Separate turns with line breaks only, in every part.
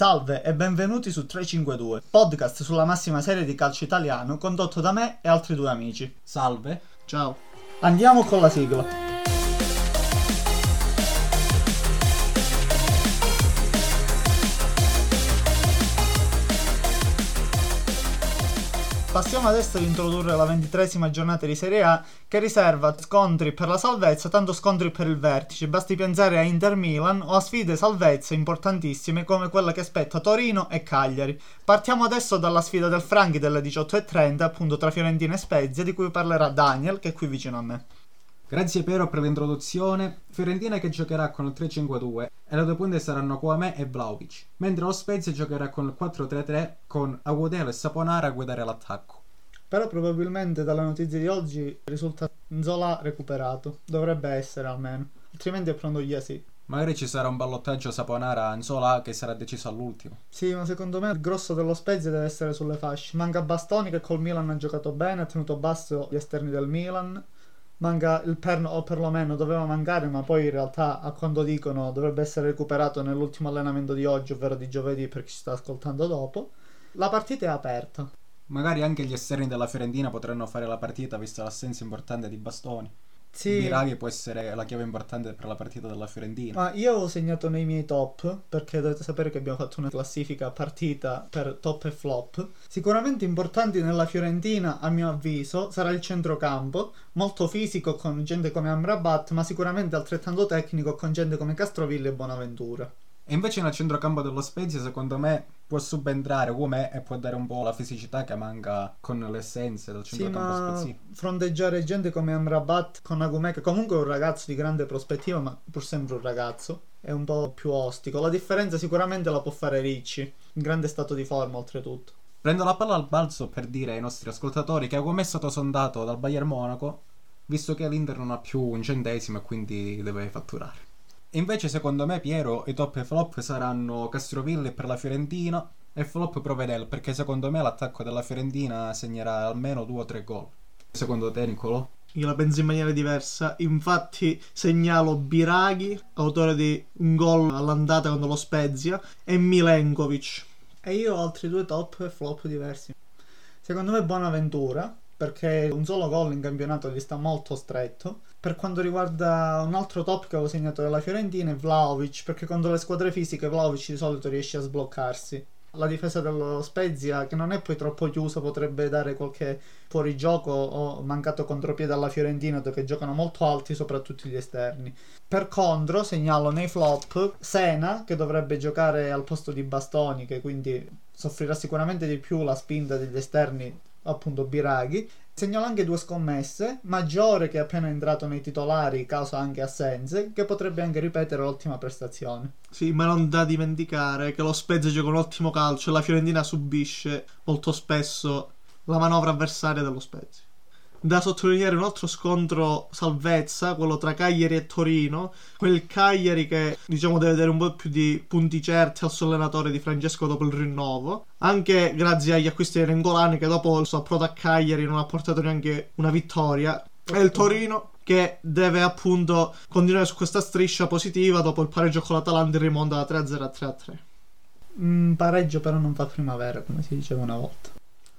Salve e benvenuti su 352, podcast sulla massima serie di calcio italiano condotto da me e altri due amici.
Salve.
Ciao.
Andiamo con la sigla. Passiamo adesso ad introdurre la ventitresima giornata di Serie A che riserva scontri per la salvezza, tanto scontri per il vertice. Basti pensare a Inter Milan o a sfide salvezze importantissime come quella che aspetta Torino e Cagliari. Partiamo adesso dalla sfida del Franchi delle 18.30, appunto tra Fiorentina e Spezia, di cui parlerà Daniel, che è qui vicino a me.
Grazie Piero per l'introduzione. Fiorentina che giocherà con il 3-5-2 e le due punte saranno Kwame e Vlaovic, mentre lo Spezia giocherà con il 4-3-3 con Agudelo e Saponara a guidare l'attacco.
Però probabilmente dalle notizie di oggi risulta Zola recuperato. Dovrebbe essere almeno. Altrimenti è pronto Iasi.
Magari ci sarà un ballottaggio Saponara a Anzola che sarà deciso all'ultimo.
Sì, ma secondo me il grosso dello Spezia deve essere sulle fasce. Manca Bastoni che col Milan ha giocato bene, ha tenuto basso gli esterni del Milan. Manca il perno, o perlomeno doveva mancare, ma poi in realtà, a quanto dicono, dovrebbe essere recuperato nell'ultimo allenamento di oggi, ovvero di giovedì, per chi ci sta ascoltando dopo. La partita è aperta.
Magari anche gli esterni della Fiorentina potranno fare la partita vista l'assenza importante di Bastoni.
Sì.
Miraghi può essere la chiave importante per la partita della Fiorentina.
Ma io ho segnato nei miei top, perché dovete sapere che abbiamo fatto una classifica partita per top e flop. Sicuramente importanti nella Fiorentina, a mio avviso, sarà il centrocampo, molto fisico con gente come Amrabat, ma sicuramente altrettanto tecnico con gente come Castrovilli e Bonaventura.
E invece nel centrocampo dello Spezia, secondo me, può subentrare Uomè e può dare un po' la fisicità che manca con le essenze del
Sì,
centrocampo
ma
speziale.
fronteggiare gente come Amrabat con Agumè, che comunque è un ragazzo di grande prospettiva, ma pur sempre un ragazzo, è un po' più ostico. La differenza sicuramente la può fare Ricci, in grande stato di forma oltretutto.
Prendo la palla al balzo per dire ai nostri ascoltatori che Uomè è stato sondato dal Bayern Monaco, visto che l'Inter non ha più un centesimo e quindi deve fatturare. E Invece, secondo me, Piero, i top e flop saranno Castrovilli per la Fiorentina e flop Provedel, perché secondo me l'attacco della Fiorentina segnerà almeno 2 o 3 gol. Secondo te, Nicolò?
Io la penso in maniera diversa, infatti segnalo Biraghi, autore di un gol all'andata contro lo Spezia, e Milenkovic.
E io ho altri due top e flop diversi. Secondo me Buonaventura, perché un solo gol in campionato gli sta molto stretto. Per quanto riguarda un altro top che avevo segnato della Fiorentina è Vlaovic, perché contro le squadre fisiche Vlaovic di solito riesce a sbloccarsi. La difesa dello Spezia, che non è poi troppo chiusa, potrebbe dare qualche fuorigioco o mancato contropiede alla Fiorentina, dove giocano molto alti, soprattutto gli esterni. Per contro segnalo nei flop Sena che dovrebbe giocare al posto di Bastoni che quindi soffrirà sicuramente di più la spinta degli esterni appunto Biraghi. Segnalo anche due scommesse, Maggiore che è appena entrato nei titolari causa anche assenze che potrebbe anche ripetere l'ottima prestazione.
Sì, ma non da dimenticare che lo Spezia gioca un ottimo calcio e la Fiorentina subisce molto spesso la manovra avversaria dello Spezia. Da sottolineare un altro scontro salvezza, quello tra Cagliari e Torino, quel Cagliari che diciamo deve dare un po' più di punti certi al suo allenatore di Francesco dopo il rinnovo, anche grazie agli acquisti di Rengolani che dopo il suo approdo a Cagliari non ha portato neanche una vittoria, e il Torino che deve appunto continuare su questa striscia positiva dopo il pareggio con l'Atalanta in rimonta da 3-0 a 3-3.
Mm, pareggio però non fa primavera come si diceva una volta.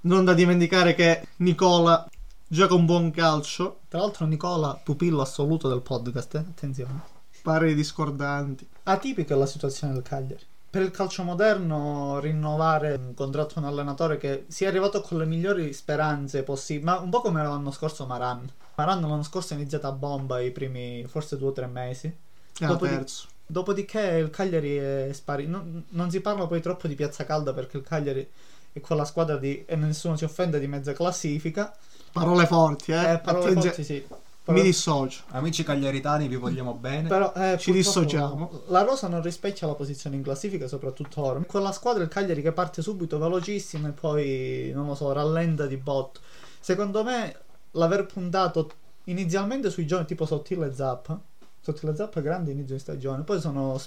Non da dimenticare che Nicola gioca un buon calcio,
Tra l'altro Nicola, pupillo assoluto del podcast, eh, attenzione.
pari discordanti.
Atipica è la situazione del Cagliari. Per il calcio moderno rinnovare un contratto a un allenatore che sia arrivato con le migliori speranze possibili, ma un po' come l'anno scorso Maran. Maran l'anno scorso è iniziato a bomba i primi forse due o tre mesi.
Era
Dopo di-
Ah, terzo.
Dopodiché il Cagliari è sparito. Non, non si parla poi troppo di Piazza Calda perché il Cagliari è quella squadra di, e nessuno si offende, di mezza classifica.
Parole forti, eh.
Eh, parole
Attenzione,
forti, sì.
Mi
Parole-
dissocio.
Amici cagliaritani, vi vogliamo bene.
Però, eh, purtroppo
Ci dissociamo.
La rosa non rispecchia la posizione in classifica, soprattutto ora. Quella squadra il Cagliari che parte subito velocissima e poi, non lo so, rallenta di botto. Secondo me, l'aver puntato inizialmente sui giovani tipo Sottile e Zappa. Sottile e Zappa grande inizio di stagione, poi sono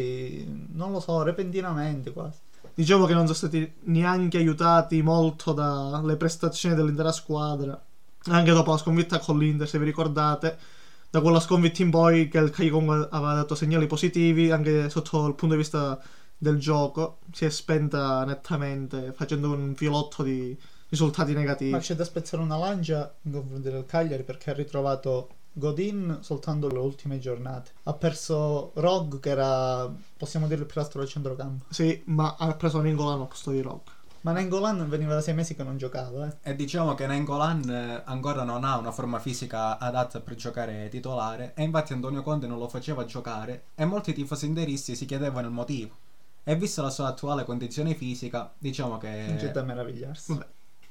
spenti, non lo so, repentinamente quasi.
Diciamo che non sono stati neanche aiutati molto dalle prestazioni dell'intera squadra. Anche dopo la sconfitta con l'Inter, se vi ricordate, da quella sconfitta in poi che il Cagliari comunque aveva dato segnali positivi anche sotto il punto di vista del gioco si è spenta nettamente facendo un filotto di risultati
Ma
negativi.
c'è da spezzare una lancia in confronto del Cagliari perché ha ritrovato Godin soltanto le ultime giornate. Ha perso Rogue, che era, possiamo dire, il pilastro del centrocampo.
Sì, ma ha preso Ningolan al posto di Rock.
Ma Nengolan veniva da sei mesi che non giocava, eh.
E diciamo che Nengolan eh, ancora non ha una forma fisica adatta per giocare titolare e infatti Antonio Conte non lo faceva giocare e molti tifosi interisti si chiedevano il motivo. E vista la sua attuale condizione fisica, diciamo
Non c'è da
che...
meravigliarsi.
Vabbè.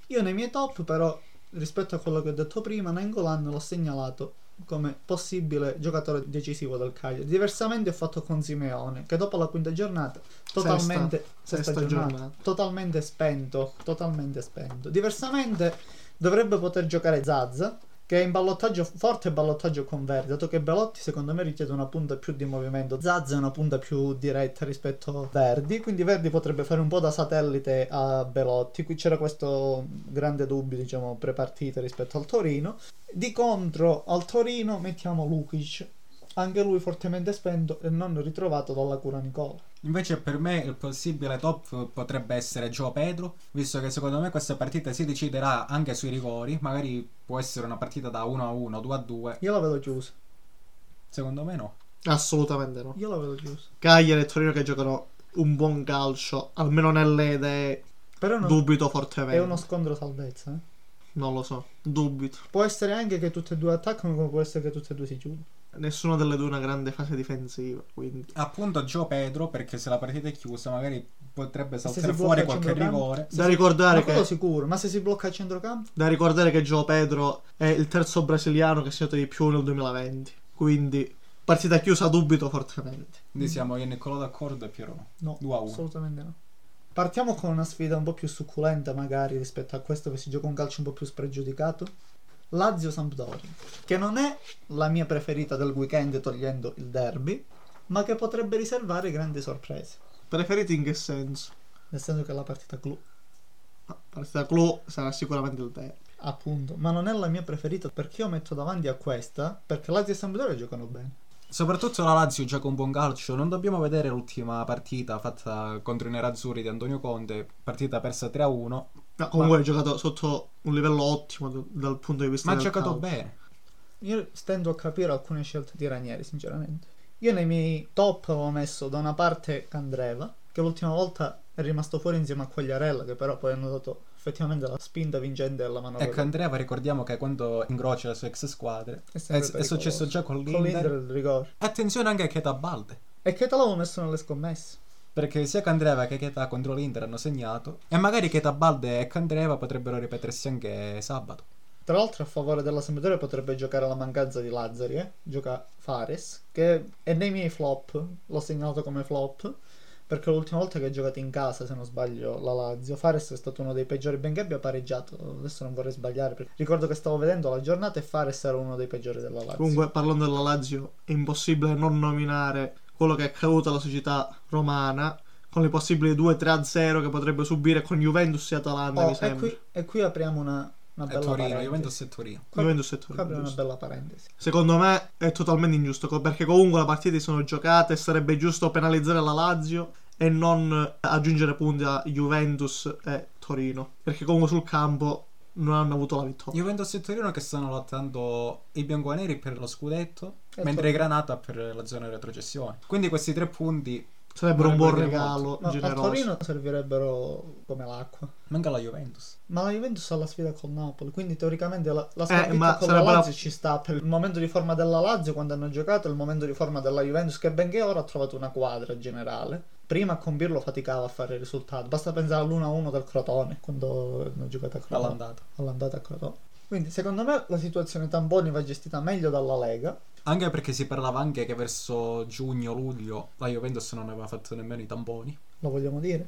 Io nei miei top, però, rispetto a quello che ho detto prima, Nengolan l'ho segnalato come possibile giocatore decisivo del Cagliari. Diversamente ho fatto con Simeone, che dopo la quinta giornata, totalmente
Sesta
sesta giornata,
giornata.
totalmente spento, totalmente spento. Diversamente dovrebbe poter giocare Zazza, che è in ballottaggio forte e ballottaggio converte, dato che Belotti secondo me richiede una punta più di movimento, Zazza è una punta più diretta rispetto a Verdi, quindi Verdi potrebbe fare un po' da satellite a Belotti, qui c'era questo grande dubbio diciamo prepartita rispetto al Torino, di contro al Torino mettiamo Lukic, anche lui fortemente spento e non ritrovato dalla cura Nicola.
Invece per me il possibile top potrebbe essere Gio Pedro, visto che secondo me questa partita si deciderà anche sui rigori, magari può essere una partita da 1 a 1, 2 a 2,
Io la vedo chiusa,
secondo me no.
Assolutamente no.
io la vedo chiusa.
Cagliari e Torino che giocano un buon calcio, almeno nelle idee,
Però non-
dubito
è
fortemente.
uno scontro salvezza. eh.
Non lo so, dubito.
Può essere anche che tutte e due attaccano, come può essere che tutte e due si chiudono.
Nessuna delle due ha una grande fase difensiva, quindi...
Appunto Gio Pedro, perché se la partita è chiusa magari potrebbe
se si
saltare
blocca
fuori
il
qualche
centrocampo?
rigore.
Da
Ma
ricordare,
quello
che,
sicuro, ma se si blocca il centrocampo?
da ricordare che Gio Pedro è il terzo brasiliano che ha segnato di più nel 2020, quindi partita chiusa dubito fortemente.
Quindi siamo io e Niccolò d'accordo e Piero no.
No,
2 a 1.
assolutamente no. Partiamo con una sfida un po' più succulenta magari rispetto a questo che si gioca un calcio un po' più spregiudicato. Lazio-Sampdoria, che non è la mia preferita del weekend togliendo il derby, ma che potrebbe riservare grandi sorprese.
Preferiti in che senso?
Nel senso che è la partita clou,
La partita clou sarà sicuramente il derby.
appunto, ma non è la mia preferita perché io metto davanti a questa, perché Lazio e Sampdoria giocano bene.
Soprattutto la Lazio gioca un buon calcio, non dobbiamo vedere l'ultima partita fatta contro i nerazzurri di Antonio Conte, partita persa 3 a 1,
No, comunque ha giocato sotto un livello ottimo d- dal punto di vista
ma ha
del
giocato
calcio.
bene.
Io stendo a capire alcune scelte di Ranieri, sinceramente. Io nei miei top avevo messo da una parte Candreva, che l'ultima volta è rimasto fuori insieme a Quagliarella, che però poi hanno dato effettivamente la spinta vincente alla manovra.
Ecco Andrea, ricordiamo che quando incrocia le sue ex squadre
È
è,
sempre
è successo già con
pericoloso. con l'Inter
l'Inter.
il rigore.
Attenzione anche a Cheta Balde,
E che te l'avevo messo nelle scommesse.
perché sia Candreva che Cheta contro l'Inter hanno segnato e magari Cheta Balde e Candreva potrebbero ripetersi anche sabato.
Tra l'altro a favore della Sampdoria potrebbe giocare la mancanza di Lazzari, eh? gioca Fares, che è nei miei flop, l'ho segnalato come flop, perché l'ultima volta che ha giocato in casa, se non sbaglio, la Lazio, Fares è stato uno dei peggiori, benché abbia pareggiato, adesso non vorrei sbagliare, perché ricordo che stavo vedendo la giornata e Fares era uno dei peggiori della Lazio.
Comunque, parlando della Lazio, è impossibile non nominare quello che è accaduto alla società romana con le possibili 2-3-0 che potrebbe subire con Juventus e Atalanta,
Oh,
mi
e,
sembra.
qui, e qui apriamo una, una
E
bella
Torino,
parentesi.
Juventus e Torino.
qua-
Juventus e
Qui apriamo
Torino.
una
giusto.
bella parentesi.
Secondo me è totalmente ingiusto co- perché comunque le partite sono giocate e sarebbe giusto penalizzare la Lazio e non eh, aggiungere punti a Juventus e Torino perché comunque sul campo non hanno avuto la vittoria.
Juventus e Torino che stanno lottando i bianconeri per lo scudetto,
E
mentre
Torino.
i Granata per la zona di retrocessione. Quindi questi tre punti
Sarebbero un
Vorrebbe
buon
dire
regalo
No, a
generoso.
Torino servirebbero come l'acqua.
manca la Juventus.
Ma la Juventus ha la sfida col Napoli, quindi teoricamente la, la
Eh,
sconfitta
ma
con la
sarebbe la-
Lazio ci sta per il momento di forma della Lazio quando hanno giocato, e il momento di forma della Juventus che benché ora ha trovato una quadra generale. Prima a compirlo faticava a fare il risultato, basta pensare all'1-1 del Crotone quando hanno giocato a Crotone
All'andata.
all'andata a Crotone. Quindi secondo me la situazione Tamboni va gestita meglio dalla Lega.
Anche perché si parlava anche che verso giugno-luglio la Juventus non aveva fatto nemmeno i tamponi.
Lo vogliamo dire?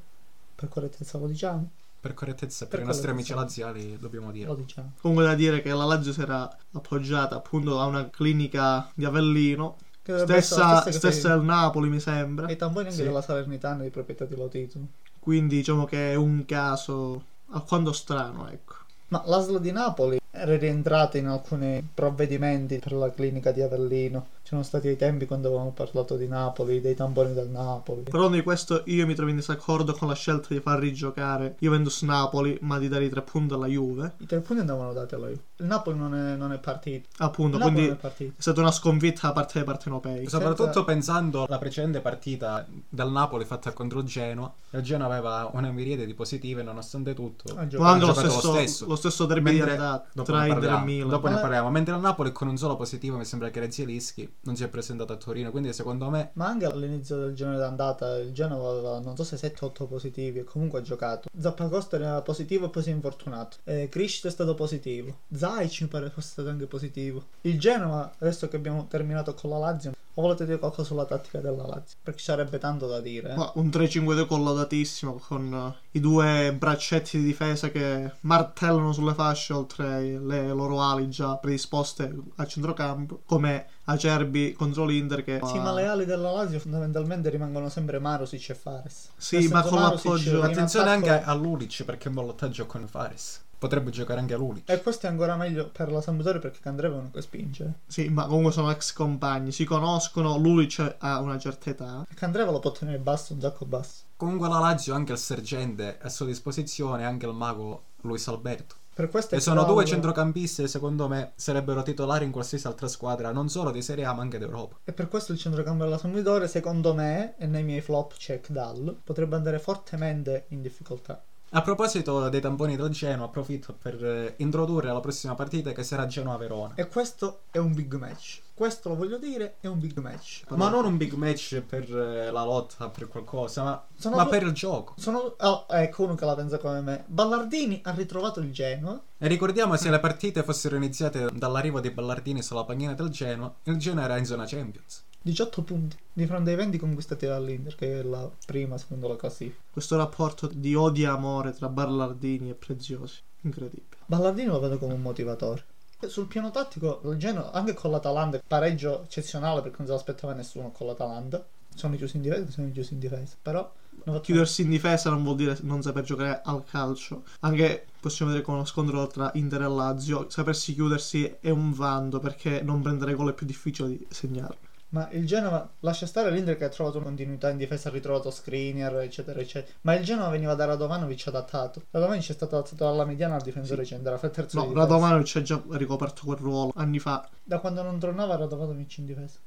Per correttezza lo diciamo?
Per correttezza, per,
Per
i nostri amici
correttezza.
laziali dobbiamo dire.
Lo diciamo.
Comunque da dire che la Lazio si era appoggiata appunto a una clinica di Avellino,
Che dovrebbe essere la
stessa,
che
stessa del Napoli mi sembra,
fa- E i Tamboni anche
Sì.
della Salernitana di proprietà di Lotito.
quindi diciamo che è un caso alquanto strano, ecco.
Ma l'ASL di Napoli è era rientrata in alcuni provvedimenti per la clinica di Avellino. C'erano stati dei tempi quando avevamo parlato di Napoli, dei tamponi del Napoli.
Però di questo io mi trovo in disaccordo con la scelta di far rigiocare Juventus Napoli, ma di dare i tre punti alla Juve.
I tre punti andavano dati a lui. Il Napoli non è, non è partito.
Appunto,
Il Napoli Esatto.
quindi
non è
è
partito.
stata una sconfitta da parte dei partenopei.
Soprattutto
senza-
pensando alla precedente partita dal Napoli fatta contro il Genoa, il Genoa aveva una miriade di positive nonostante tutto.
Ha
Ma
giocato.
anche lo
giocato lo
stesso,
stesso.
lo stesso derby di
Mentre-
andata
dopo
tra
ne
Inter e
parliamo,
Milan. Eh.
Dopo ne
Ma-
parliamo. Mentre il Napoli con un solo positivo mi sembra che era Zielinski non si è presentato a Torino, quindi secondo me
Ma anche all'inizio del giorno d'andata il Genova aveva non so se 7-8 positivi e comunque ha giocato. Zappacosta era positivo e poi si è infortunato. Eh, Crisci è stato positivo. Zaic mi pare fosse stato anche positivo. Il Genova, adesso che abbiamo terminato con la Lazio, o volete dire qualcosa sulla tattica della Lazio? Perché ci sarebbe tanto da dire. eh.
Ma un 3-5-2 collaudatissimo con eh, i due braccetti di difesa che martellano sulle fasce oltre le loro ali già predisposte a centrocampo, come Acerbi contro l'Inter che... eh,
Sì, ma le ali della Lazio fondamentalmente rimangono sempre Marusic e Fares.
Sì,
Nel
ma
senso,
con
Marusic
l'appoggio-
in
attenzione
attacco-
anche a Lulic perché è in ballottaggio con Fares. Potrebbe giocare anche a Lulic.
Eh.
E questo è ancora meglio per la Sampdoria perché Candreva non può spingere.
Sì, ma comunque sono ex compagni, si conoscono, Lulic ha una certa età.
E Candreva lo può tenere basso, un sacco basso.
Comunque la Lazio ha anche il sergente a sua disposizione, anche il mago Luis Alberto.
Per questo è
E sono due
probabile-
centrocampisti che secondo me sarebbero titolari in qualsiasi altra squadra, non solo di Serie A ma anche d'Europa.
E per questo il centrocampo della Sampdoria, secondo me, e nei miei flop c'è Kdal, potrebbe andare fortemente in difficoltà.
A proposito dei tamponi del Genoa, approfitto per eh, introdurre la prossima partita che sarà Genoa-Verona.
E questo è un big match. Questo lo voglio dire, è un big match.
Ma non un big match per eh, la lotta, per qualcosa, ma,
Sono
ma
due-
per il gioco.
Sono... Oh, ecco uno che la pensa come me. Ballardini ha ritrovato il Genoa.
E ricordiamo se le partite fossero iniziate dall'arrivo dei Ballardini sulla panchina del Genoa, il Genoa era in zona Champions.
18 punti di fronte ai 20 conquistati dall'Inter, che è la prima secondo la classifica.
Questo rapporto di odio e amore tra Barlardini e Preziosi, incredibile.
Ballardini lo vedo come un motivatore. E Sul piano tattico, il Genoa, anche con l'Atalanta, pareggio eccezionale perché non se l'aspettava nessuno con l'Atalanta. Sono chiusi in difesa, sono chiusi in difesa. Però... non fatto-
Chiudersi in difesa non vuol dire non saper giocare al calcio. Anche possiamo vedere con lo scontro tra Inter e Lazio, sapersi chiudersi è un vanto perché non prendere gol è più difficile di segnarlo.
Ma il Genova lascia stare l'Inter che ha trovato una continuità in difesa, ha ritrovato Skriniar, eccetera, eccetera. Ma il Genova veniva da Radovanovic adattato. Radovanovic è stato adattato dalla mediana al difensore centrale, fa il terzo di
No,
difesa.
Radomanovic ha già ricoperto quel ruolo anni fa.
Da quando non tornava Radovanovic in difesa.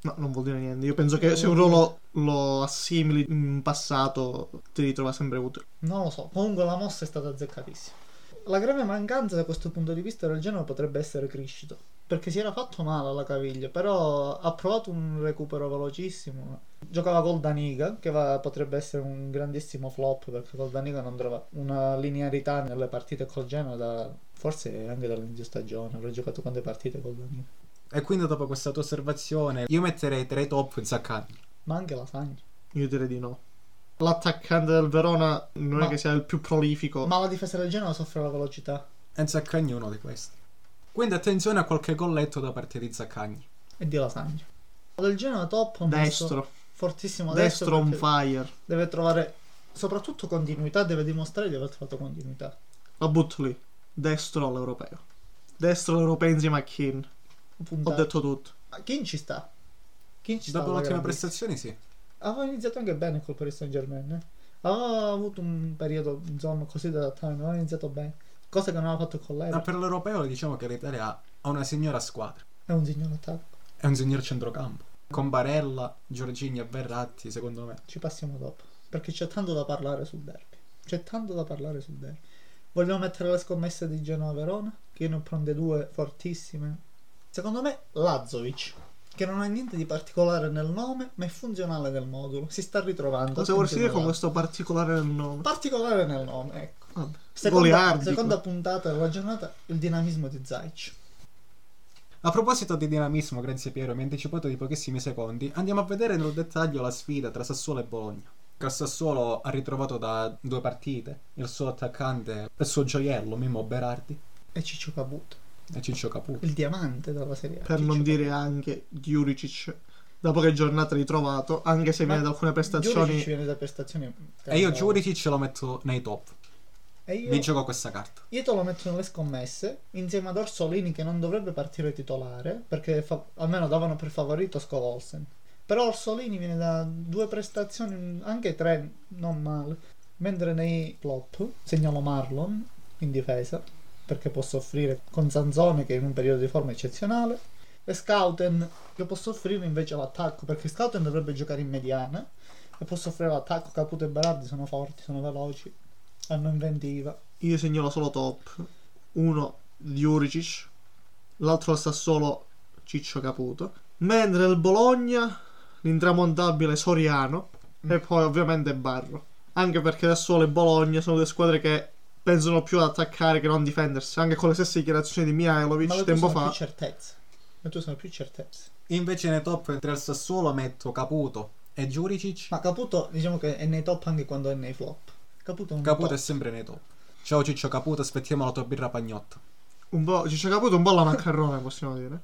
No, non vuol dire niente. Io penso che se
Mm.
un ruolo lo assimili in passato ti ritrova sempre utile.
Non lo so, comunque la mossa è stata azzeccatissima. La grave mancanza da questo punto di vista del Genova potrebbe essere Criscito, perché si era fatto male alla caviglia, però ha provato un recupero velocissimo. Giocava col Daniga, che va- potrebbe essere un grandissimo flop, perché col Daniga non trova una linearità nelle partite col Genova, da- forse anche dall'inizio stagione, avrà giocato quante partite col Daniga,
E quindi dopo questa tua osservazione, io metterei tra i top Zaccagni.
ma anche la Sagna.
Io direi di no. L'attaccante del Verona non
Ma-
è che sia il più prolifico.
Ma la difesa del Genova soffre la velocità.
E Zaccagni è uno di questi. Quindi attenzione a qualche golletto da parte di Zaccagni.
E di la Sagna. Del Genova top, ho messo
destro,
fortissimo
destro on
perché-
fire.
deve trovare soprattutto continuità, deve dimostrare di aver trovato continuità.
La butto lì. Destro all'europeo. Destro all'europeo insieme a Keane. Ho
Puntare.
detto tutto.
Ma Kim ci sta? Kim ci sta? Eh.
Dopo
alla
l'ottima
grande.
prestazione, sì.
Aveva iniziato anche bene col Paris Saint Germain. eh. Aveva avuto un periodo, insomma, così da adattare, aveva iniziato bene. Cosa che non aveva fatto con
Ma
Ah.
l'Ever.
per l'europeo diciamo che l'Italia ha una signora squadra.
È un signor attacco.
È un signor centrocampo. Con Barella, Giorgini e Verratti, secondo me.
Ci passiamo dopo. Perché c'è tanto da parlare sul derby. C'è tanto da parlare sul derby. Vogliamo mettere le scommesse di Genova-Verona? Che io ne ho prende due fortissime. Secondo me Lazovic, che non ha niente di particolare nel nome, ma è funzionale nel modulo. Si sta ritrovando.
Cosa vuol dire con
funzionale.
questo particolare nel nome?
Particolare nel nome, ecco.
Vabbè.
Seconda,
Goliardi,
seconda puntata della giornata, il dinamismo di Zaic.
A proposito di dinamismo, grazie Piero, mi ha anticipato di pochissimi secondi, andiamo a vedere nel dettaglio la sfida tra Sassuolo e Bologna. Che Sassuolo ha ritrovato da due partite il suo attaccante, il suo gioiello, Mimmo Berardi
E Ciccio Caputo,
e Ciccio Caputo.
il diamante della serie A.
Per
Ciccio
non
Caputo.
dire anche Juricic. Da poche giornate ritrovato, anche se viene da alcune
Giurici
prestazioni.
ci viene da prestazioni.
E io Giurici ce lo metto nei top.
E io,
Mi gioco questa carta.
Ito lo metto nelle scommesse insieme ad Orsolini che non dovrebbe partire titolare perché fa- almeno davano per favorito Scovolsen. Però Orsolini viene da due prestazioni, anche tre, non male. Mentre nei flop segnalo Marlon in difesa perché può soffrire con Zanzone che è in un periodo di forma eccezionale e Scouten che può soffrire invece l'attacco perché Scouten dovrebbe giocare in mediana e può soffrire l'attacco. Caputo e Berardi sono forti, sono veloci, hanno inventiva.
Io segnalo solo top. Uno di Uricic, l'altro sta solo Ciccio Caputo. Mentre il Bologna, l'intramontabile Soriano
Mm.
e poi ovviamente Barro. Anche perché da solo e Bologna sono due squadre che pensano più ad attaccare che non difendersi. Anche con le stesse dichiarazioni di
Ma
Mihailovic
le tue
tempo
sono
fa.
più certezze. Le tue sono più certezze.
Invece nei top tra il Sassuolo metto Caputo e Giuricic.
Ma Caputo, diciamo che è nei top anche quando è nei flop. Caputo è un
Caputo è
top.
sempre nei top. Ciao Ciccio Caputo, aspettiamo la tua birra pagnotta.
Un po', Ciccio Caputo un po' la maccherrone, possiamo dire.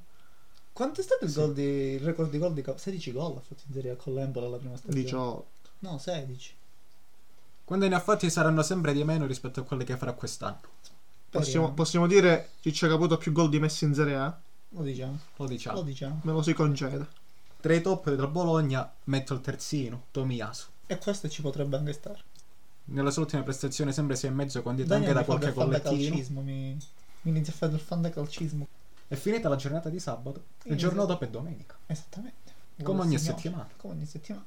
Quanto è stato il, gol di, il record di gol di Caputo? 16 gol ha fatto in Serie A con l'Embola la prima stagione.
Dicio,
No, 16.
Quando ne ha fatti saranno sempre di meno rispetto a quelli che farà quest'anno.
possiamo,
Speriamo.
possiamo dire Ciccio Caputo ha più gol di messi in Serie A?
Lo diciamo.
Lo diciamo.
Lo diciamo.
Me lo si concede.
Tra i top del Bologna metto il terzino, Tomiasu.
E questo ci potrebbe anche stare.
Nella sua ultima prestazione sempre 6 e mezzo condita anche
Daniel
da
mi fa del
qualche collettino.
fantacalcismo, mi... mi inizia a fare del fantacalcismo.
È finita la giornata di sabato, il
Io
giorno
so-
dopo è domenica.
Esattamente.
Come
Vuole
ogni
il signore.
settimana.
Come ogni settimana.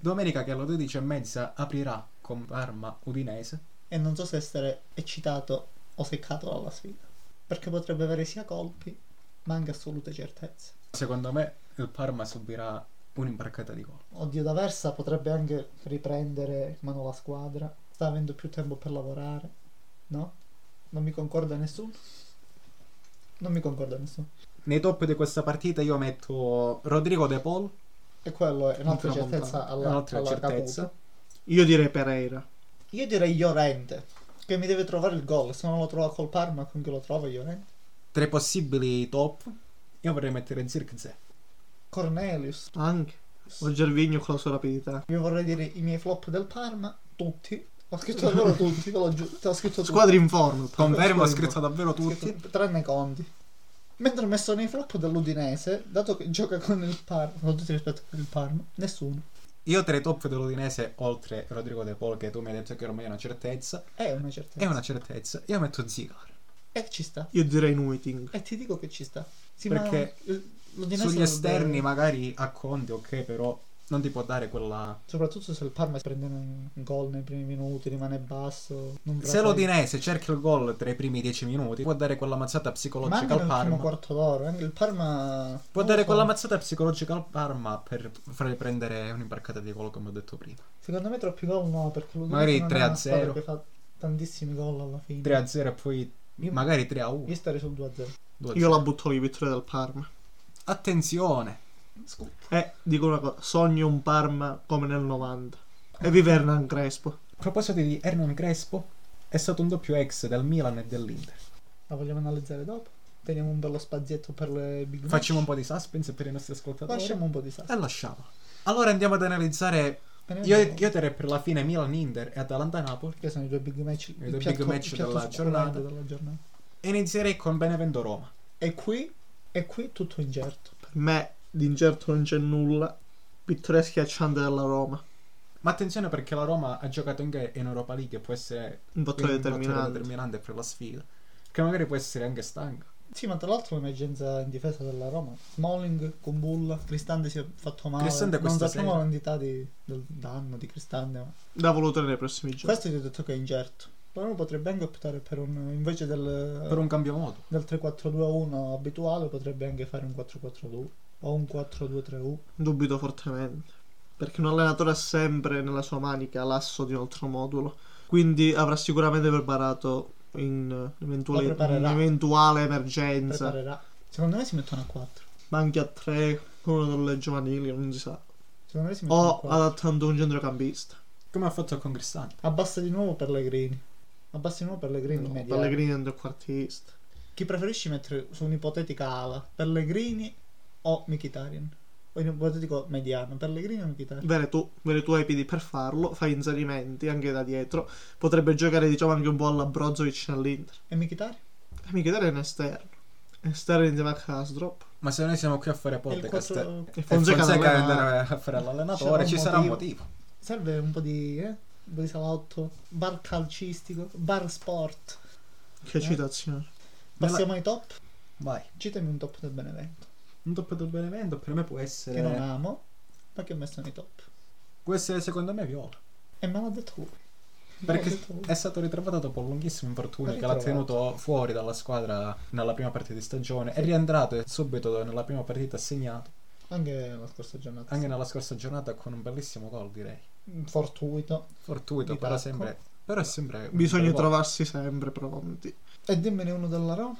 Domenica che alle 12.30 aprirà con Parma Udinese.
E non so se essere eccitato o seccato dalla sfida. Perché potrebbe avere sia colpi, ma anche assolute certezze.
Secondo me il Parma subirà un'imbarcata di gol.
Oddio da Versa potrebbe anche riprendere in mano la squadra. Sta avendo più tempo per lavorare. No? Non mi concorda nessuno? Non mi concorda nessuno.
Nei top di questa partita io metto Rodrigo De Paul,
E quello è un'altra
Ultima
certezza
è
alla,
un'altra
alla
certezza.
Caputo.
Io direi Pereira.
Io direi Llorente, che mi deve trovare il gol. Se non lo trova col Parma, con chi lo trovo Llorente?
Tra i possibili top, io vorrei mettere Zirkzee.
Cornelius.
Anche. O Gervigno con la sua rapidità.
Vi vorrei dire i miei flop del Parma, tutti. Ho scritto loro tutti, ve lo giuro. Te l'ho scritto tutti.
Squadra in forma.
Confermo, ho
Sì,
scritto davvero tutti.
Tutti, tranne Conti. Mentre ho messo nei flop dell'Udinese, dato che gioca con il Parma, con tutti rispetto con il Parma, nessuno.
Io tra i top dell'Udinese, oltre Rodrigo De Paul, che tu mi hai detto che ormai è una certezza,
È una certezza.
è una certezza, io metto Zigar.
E ci sta.
Io direi Nuiting.
E ti dico che ci sta. Sì,
Perché
ma, eh, l'Udinese
Sugli
dovrebbe-
esterni magari a Conte, ok, però non ti può dare quella...
Soprattutto se il Parma prende un un gol nei primi minuti, rimane basso. Non
Se
trafela.
l'Udinese cerca il gol tra i primi 10 minuti, può dare quella mazzata
Ma anche
psicologica al
nel primo
Parma.
quarto d'oro, anche il Parma...
Può
non
dare
lo so.
quella mazzata psicologica al Parma per far prendere un'imbarcata di gol, come ho detto prima.
Secondo me troppi gol no, perché l'Udinese
Magari
non è
3 a
una squadra
0.
che fa tantissimi gol alla fine.
3-0 e poi
Io-
magari 3-1.
Io starei sul 2-0.
2-0.
Io la butto lì, vittoria del Parma.
Attenzione!
Scusa.
Eh, dico una cosa. Sogno un Parma come nel 90. E vive Hernan Crespo.
A proposito di Hernan Crespo, è stato un doppio ex del Milan e dell'Inter.
La vogliamo analizzare dopo. Teniamo un bello spazietto per le big match.
Facciamo un po' di suspense per i nostri ascoltatori.
Lasciamo un po' di salsa.
E lasciamo. Allora andiamo ad analizzare. Io, io terrei per la fine Milan-Inter e Atalanta-Napoli.
Che sono i due big match,
due
il
big
piatto-
match
il piatto
della
succulento
giornata.
della giornata.
E inizierei con Benevento-Roma.
E qui, e qui tutto incerto.
Per me, d'incerto non c'è nulla. Vittoria schiacciante della Roma.
Ma attenzione perché la Roma ha giocato anche in Europa League e può essere un
Un fattore
fattore
determinante.
determinante per la sfida. Che magari può essere anche stanca.
Sì, ma tra l'altro l'emergenza in difesa della Roma. Smalling, Kumbulla, Cristante si è fatto male.
Cristante
non
questa
sappiamo
sera. Cioè.
l'entità di- del danno di Cristante. Ma...
Da valutare nei prossimi giorni.
Questo ti ho detto che è incerto. La Roma potrebbe anche optare per un... invece del,
Per un cambio modo.
del 3-4-2-1 abituale potrebbe anche fare un 4-4-2 o un 4-2-3-1.
Dubito fortemente. Perché un allenatore ha sempre nella sua manica l'asso di un altro modulo. Quindi avrà sicuramente preparato in eh, eventuali-
Lo preparerà.
in eventuale emergenza.
preparerà. Secondo me si mettono a 4.
ma anche a 3 con una delle giovanili, non si sa.
Secondo me si
Oh,
mettono a
O
4.
adattando un centrocampista.
Come ha fatto con Cristante.
Abbassa di nuovo Pellegrini. Abbassa di nuovo Pellegrini in
No,
media.
Pellegrini è un trequartista.
Chi preferisci mettere su un'ipotetica ala? Pellegrini o Mkhitaryan? o in ipotetico mediano, Pellegrini o Mkhitaryan?
Veretù, Veretù ha i piedi per farlo, fa inserimenti anche da dietro, potrebbe giocare diciamo anche un po' alla Brozovic nell'Inter.
E Mkhitaryan?
E Mkhitaryan è un esterno, esterno insieme a Kasdrop.
Ma se noi siamo qui a fare podcast
quattro-
e
E
Fonseca,
Fonseca
è
l'allena-
andare a fare l'allenatore,
C'era
ci
un
sarà un
motivo.
motivo.
Serve un po' di, eh? un po' di salotto, bar calcistico, bar sport.
Che
Eh.
citazione.
Passiamo ai top.
Vai.
Citami un top del Benevento,
Un top del Benevento per me può
che non
essere.
amo, ma che ho messo nei top.
Può essere secondo me Viola.
E me l'ha detto lui. Me l'ha
Perché
detto lui.
è stato ritrovato dopo un lunghissimo infortunio
L'ha
che l'ha
ritrovato.
tenuto fuori dalla squadra nella prima partita di stagione. È rientrato e subito nella prima partita ha segnato.
Anche la scorsa giornata.
Anche nella scorsa giornata con un bellissimo gol, direi.
Fortuito.
Fortuito,
Di
però
tacco.
sempre. Però è sempre. un
Bisogna
bel gol.
trovarsi sempre pronti.
E dimmene uno della Roma.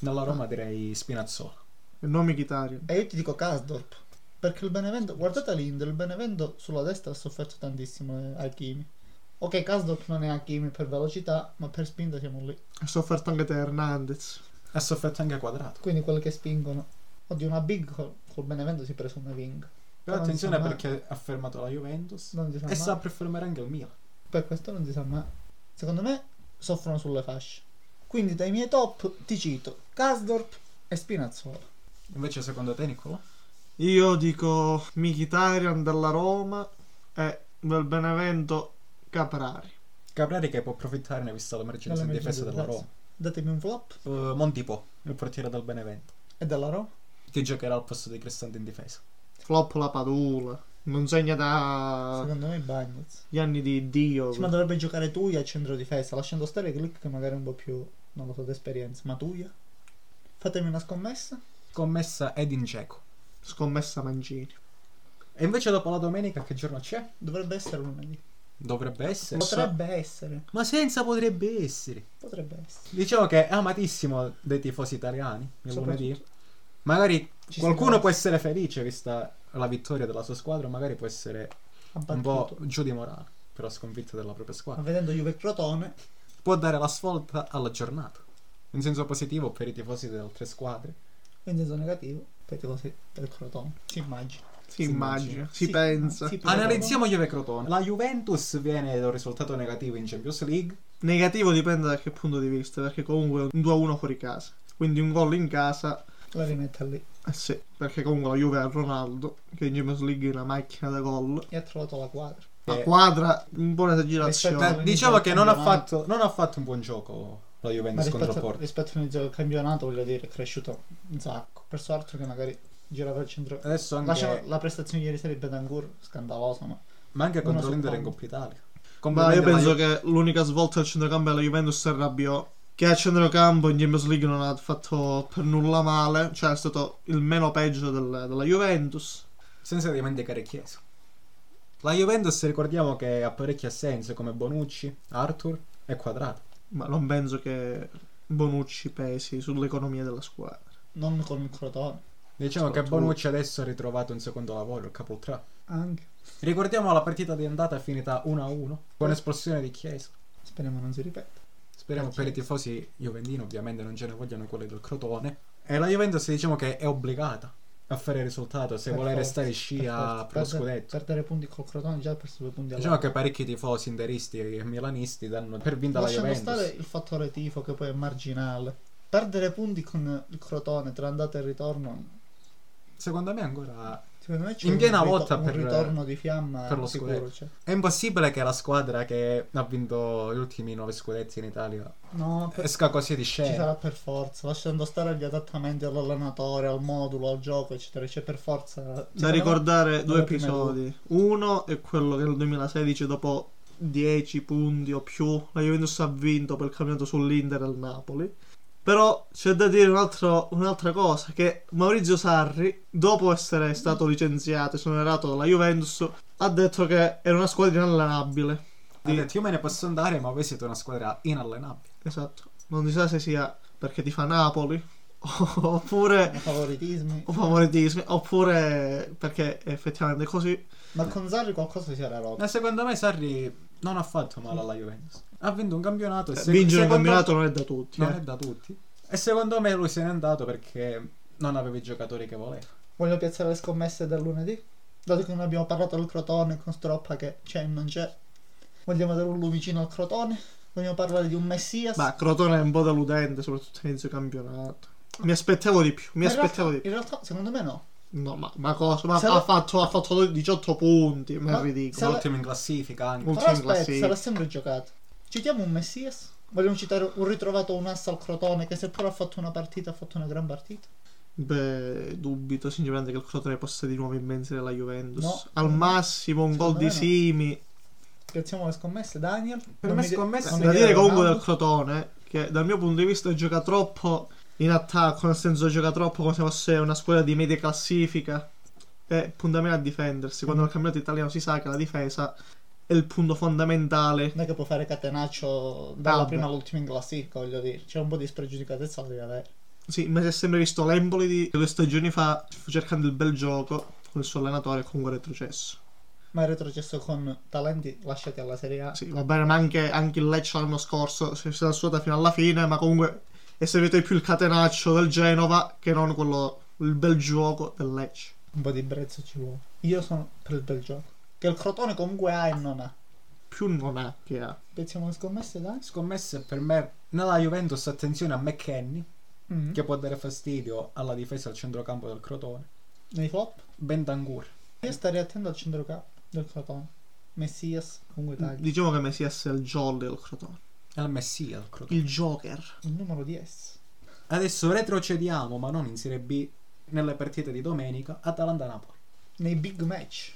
Nella Roma direi Spinazzola.
Il nome Mkhitaryan.
E io ti dico Kasdorp. Perché il Benevento, guardate l'Inter, il Benevento sulla destra ha sofferto tantissimo eh, Hakimi. Ok, Kasdorp non è Hakimi per velocità, ma per spinta siamo lì.
Ha sofferto anche te Hernandez.
Ha sofferto anche a quadrato.
Quindi quelli che spingono. Oddio, una big col, col Benevento si è preso una wing.
Però
Non
attenzione
si sa mai.
perché ha fermato la Juventus
Non si sa
e
mai.
sta per fermare anche il Milan.
Per questo non si sa mai. Secondo me soffrono sulle fasce. Quindi dai miei top ti cito Kasdorp e Spinazzola.
Cioè, Invece secondo te Nicola?
Io dico Mkhitaryan della Roma e del Benevento Caprari.
Caprari che può approfittarne vista l'emergenza in difesa della Roma.
Datemi un flop
Eh, Montipò, il portiere del Benevento,
e della Roma.
che giocherà al posto di Cristante in difesa.
Flop la Padula. Non segna
Ah.
da
Secondo me Bagnets.
gli anni di Dio.
Sì, ma dovrebbe giocare Tuia a centro difesa, lasciando stare Glick che magari è un po' più, non lo so, d'esperienza, ma Tuia. Fatemi una scommessa.
Commessa Edin Dzeko.
Scommessa Mancini.
E invece dopo la domenica che giorno c'è?
Dovrebbe essere lunedì.
Dovrebbe essere.
Potrebbe essere.
Ma senza potrebbe essere.
Potrebbe essere.
Diciamo che è amatissimo dai tifosi italiani il lunedì.
Soprattutto.
Magari
Ci
qualcuno
siamo-
può essere felice vista la vittoria della sua squadra, magari può essere un po'
Abbattuto.
giù di morale per la sconfitta della propria
Ma
squadra.
vedendo Juve e Crotone,
Può dare la svolta alla giornata. In senso positivo per i tifosi delle altre squadre.
in senso negativo, perché così del Crotone. Si immagina.
Si,
Si
immagina,
immagina.
si pensa.
si pensa.
Analizziamo Juve Crotone. La Juventus viene da un risultato negativo in Champions League.
Negativo dipende da che punto di vista, perché comunque è un 2-1 fuori casa. Quindi un gol in casa,
La rimetta lì.
eh sì, perché comunque la Juve ha Ronaldo, che in Champions League è una macchina da gol.
E ha trovato la quadra.
La
Eh,
quadra, un buona
Rispetto
Beh,
a-
esagerazione.
diciamo che non ha,
Campionato.
fatto, non ha fatto un buon gioco la
Ma
Juventus contro il
rispetto,
Porto.
rispetto all'inizio del campionato, voglio dire, è cresciuto un sacco. Perso altro che magari girava il centro.
Adesso anche,
Lascia la prestazione ieri sera di Betancourt, scandalosa, ma
ma anche
uno
contro
su
l'Inter in
quanti.
Coppa Italia.
Ma io
Complimenti alla
penso
Ju-
che l'unica svolta del centrocampo è la Juventus e Rabiot, che a centrocampo in Champions League non ha fatto per nulla male, cioè è stato il meno peggio del- della Juventus.
Senza dimenticare Chiesa. La Juventus ricordiamo che ha parecchie assenze come Bonucci, Arthur e Quadrato.
Ma non penso che Bonucci pesi sull'economia della squadra.
non con il Crotone.
Diciamo che
Soprattutto-
Bonucci adesso ha ritrovato un secondo lavoro, il capoltrà.
Anche.
Ricordiamo la partita di andata finita 1-1 con espulsione di Chiesa.
Speriamo non si ripeta.
Speriamo
Eh,
per
certo.
i tifosi juventini ovviamente non ce ne vogliano quelli del Crotone. E la Juventus diciamo che è obbligata a fare risultato se
Per
vuole
forza,
restare in scia per,
Perde-
lo scudetto.
Perdere punti col Crotone già ha perso due punti
Diciamo
all'anno.
che parecchi tifosi interisti e milanisti danno per vinta la
Lasciamo
Juventus.
stare il fattore tifo che poi è marginale. Perdere punti con il Crotone tra andata e ritorno,
Secondo me ancora
secondo me c'è
In
un
piena
ritor-
lotta
un
per-
ritorno di fiamma
per lo
sicuro.
scudetto.
cioè.
è impossibile che la squadra che ha vinto gli ultimi nove scudetti in Italia
No, per-
esca così di
ci
scena.
sarà per forza, lasciando stare agli adattamenti all'allenatore, al modulo, al gioco, eccetera. C'è per forza.
Da
secondo me-
ricordare due
nella prima
episodi. Uno è quello che nel 2016 dopo 10 punti o più la Juventus ha vinto per il campionato sull'Inter al Napoli. Però c'è da dire un altro- un'altra cosa, che Maurizio Sarri, dopo essere stato licenziato e esonerato dalla Juventus, ha detto che era una squadra inallenabile.
Ha detto, io me ne posso andare ma voi siete una squadra inallenabile.
Esatto. Non si sa se sia perché ti fa Napoli, oppure...
favoritismi.
O favoritismi, oppure perché è effettivamente così.
Ma con Sarri qualcosa si era rotto.
Ma secondo me Sarri non ha fatto male alla Juventus. Ha vinto un campionato e se-
Cioè, Vincere un
secondo-
campionato non è da tutti.
non
eh.
è da tutti. E secondo me lui se n'è andato perché non aveva i giocatori che voleva.
Voglio piazzare le scommesse del lunedì. Dato che non abbiamo parlato del Crotone con Stroppa che c'è e non c'è. Vogliamo dare un lumicino al Crotone. Vogliamo parlare di un Messias.
Ma Crotone è un po' deludente, soprattutto all'inizio campionato. Mi aspettavo di più, mi
Ma in
aspettavo di
realtà- In realtà, secondo me no.
più. No, ma, ma cosa? Ma
Se
ha,
la-
fatto, ha fatto 18 punti, ma,
Ma
è ridicolo.
se la-
Ultimo in classifica anche.
Un
Però
singolo,
aspetta,
sì.
sarà sempre giocato. Citiamo un Messias? Vogliamo citare un ritrovato un ass al Crotone che seppur ha fatto una partita, ha fatto una gran partita.
Beh, dubito sinceramente che il Crotone possa di nuovo immensare la Juventus.
No.
Al massimo un
Secondo
gol di
me no.
Simi.
Piazziamo le scommesse, Daniel.
Per
Non
me
mi di-
scommesse-
non mi
Da dire comunque del
Ronaldo.
Crotone, che dal mio punto di vista gioca troppo in attacco, nel senso gioca troppo come se fosse una squadra di media classifica. E punta meno a difendersi.
Mm.
Quando nel campionato italiano si sa che la difesa è il punto fondamentale.
Non è che può fare catenaccio dalla
Ah,
prima
beh.
all'ultima in classifica, voglio dire. C'è un po' di spregiudicatezza, lo devi avere.
Sì, mi si è sempre visto l'Emboli di due stagioni fa cercando il bel gioco con il suo allenatore e comunque retrocesso.
Ma il retrocesso con talenti lasciati alla Serie A.
Ah, Sì, va bene, ma anche, anche il Lecce l'anno scorso si è stata suata fino alla fine, ma comunque è servito di più il catenaccio del Genova che non quello, il bel gioco del Lecce.
Un po' di brezzo ci vuole. Io sono per il bel gioco. Che il Crotone comunque ha e non ha.
Più non è che ha.
Piazziamo le scommesse, Daniel.
Scommesse per me nella Juventus attenzione a McKenny
Mm.
che può dare fastidio alla difesa al centrocampo del Crotone.
Nei flop.
Bentangur.
Io starei attento al centrocampo del Crotone. Messias, comunque tagli.
Diciamo che Messias è il jolly del Crotone.
Al Messia al Crotone.
Il Joker.
Il numero 10.
Adesso retrocediamo, ma non in Serie B, nelle partite di domenica, Atalanta-Napoli.
Nei big match.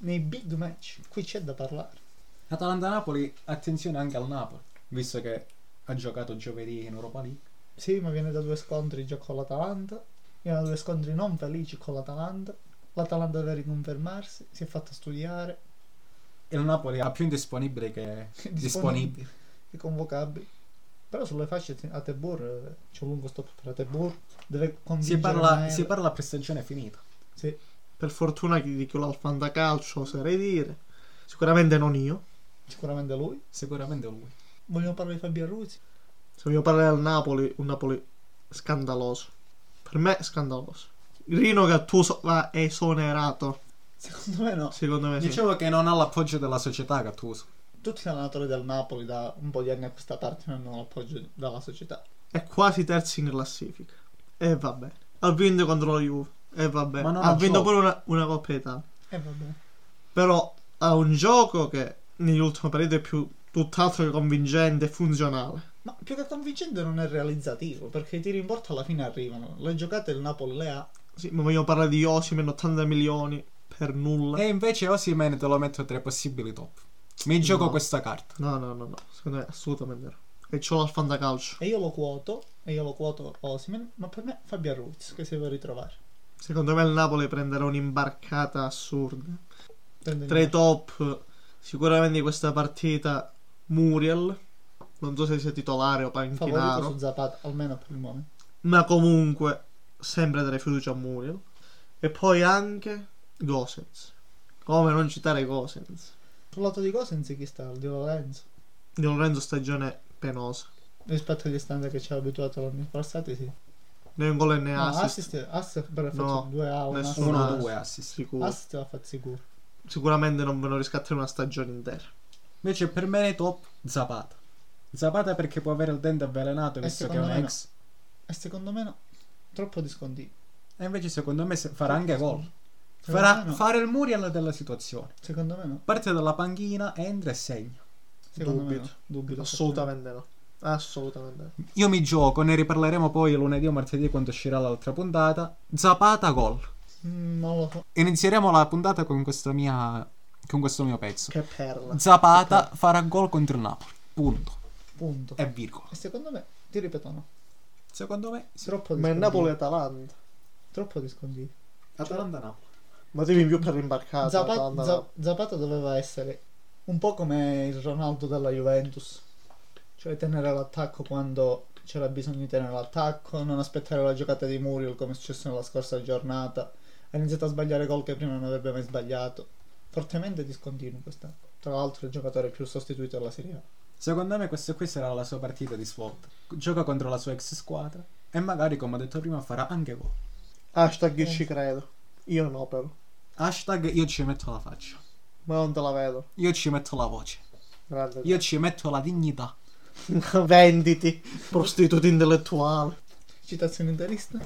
Nei big match. Qui c'è da parlare.
Atalanta-Napoli, attenzione anche al Napoli, visto che ha giocato giovedì in Europa League.
Sì, ma viene da due scontri già con l'Atalanta. Viene da due scontri non felici con l'Atalanta. L'Atalanta deve riconfermarsi. Si è fatta studiare.
E il Napoli ha più indisponibili che
Disponibili.
disponibili.
e convocabili. Però sulle fasce te- a Tebor eh, c'è un lungo stop per Tebor. Deve
Si
convincere
parla,
Maele.
si parla per stagione finita.
Sì.
Per fortuna chi di quello al fantacalcio oserei dire. Sicuramente non io.
sicuramente lui.
Sicuramente lui.
Vogliamo parlare di Fabio Arruzzi.
Se voglio parlare del Napoli, un Napoli scandaloso. Per me scandaloso. Rino Gattuso va esonerato.
Secondo me no.
Secondo me sì.
Dicevo che non ha l'appoggio della società Gattuso.
Tutti gli allenatori del Napoli da un po' di anni a questa parte non hanno l'appoggio dalla società.
è quasi terzo in classifica. E va bene. Ha vinto contro la Juve. E va bene.
Ma non
Ha
ha
vinto
gioco.
pure una, una Coppa Italia.
Eh,
E va bene.
Però ha un gioco che nell'ultimo periodo è più tutt'altro che convincente e funzionale.
Ma più che convincente non è realizzativo, perché i tiri in porta alla fine arrivano. Le giocate il Napoli le ha.
Sì, ma vogliamo parlare di Osimen 80 milioni per nulla.
E invece Osimhen te lo metto tra i possibili top. Mi gioco questa carta.
No, no, no, no. Secondo me è assolutamente no. E c'ho l'al fantacalcio.
E io lo quoto, e io lo quoto Osimen, ma per me Fabio Arruz, che si deve ritrovare.
Secondo me il Napoli prenderà un'imbarcata assurda.
Prende
Tra i top sicuramente di questa partita Muriel. Non so se sia titolare o
favorito
panchinaro.
su Zapata, almeno per il momento.
ma comunque sempre dare fiducia a Muriel e poi anche Gosens come non citare Gosens
Sul lato di Gosens chi sta? Il Di Lorenzo.
Di Lorenzo stagione penosa
Rispetto agli standard che ci ha abituato l'anno passato, sì.
né un gol né
No,
Eh, assist,
assist, assist per
No,
fatto 2 a 1.
nessuno.
Uno o
assist.
due assist.
sicuro.
Assist va fatto sicuro.
sicuramente non ve lo riscatterà una stagione intera
Invece per me nei top Zapata. Zapata perché può avere il dente avvelenato
E
visto che è
Eh, secondo
un
me no.
ex.
E secondo me no. Troppo discontinuo.
E invece secondo me se- farà anche gol.
Secondo
Farà
me no.
fare il Muriel della situazione.
Secondo me no.
Parte dalla panchina, entra e segna.
Secondo me no.
Dubito.
Dubito.
assolutamente no assolutamente no
Io mi gioco, ne riparleremo poi lunedì o martedì quando uscirà l'altra puntata. Zapata gol.
Mm, non lo so.
Inizieremo la puntata con questa mia con questo mio pezzo.
che perla
Zapata farà gol contro il Napoli. Punto.
Punto.
Eh.
E virgola.
E secondo me, ti ripeto no.
Secondo me sì.
Troppo
ma è
discontinuo.
Napoli e Atalanta
Troppo discontinuo.
Atalanta Napoli.
motivi in più per l'imbarcata
Zapata,
Atalanta-
Za- Zapata doveva essere un po' come il Ronaldo della Juventus, cioè tenere l'attacco quando c'era bisogno di tenere l'attacco, non aspettare la giocata di Muriel come è successo nella scorsa giornata. Ha iniziato a sbagliare gol che prima non avrebbe mai sbagliato. Fortemente discontinuo quest'anno. Tra l'altro il giocatore più sostituito della Serie A.
Secondo me questa qui sarà la sua partita di svolta. Gioca contro la sua ex squadra e magari come ho detto prima farà anche gol.
hashtag io ci credo Io no, però.
Hashtag io ci metto la faccia.
Ma non te la vedo.
Io ci metto la voce.
Grande.
Io ci metto la dignità.
Venditi, prostituto intellettuale.
Citazione interista?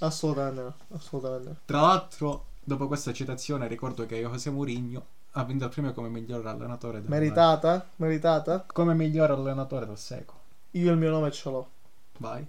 Assolutamente no. Assolutamente no.
Tra l'altro, dopo questa citazione, ricordo che José Mourinho ha vinto il premio come miglior allenatore del
Meritata? Meritata?
Come miglior allenatore del secolo.
Io il mio nome ce l'ho.
Vai.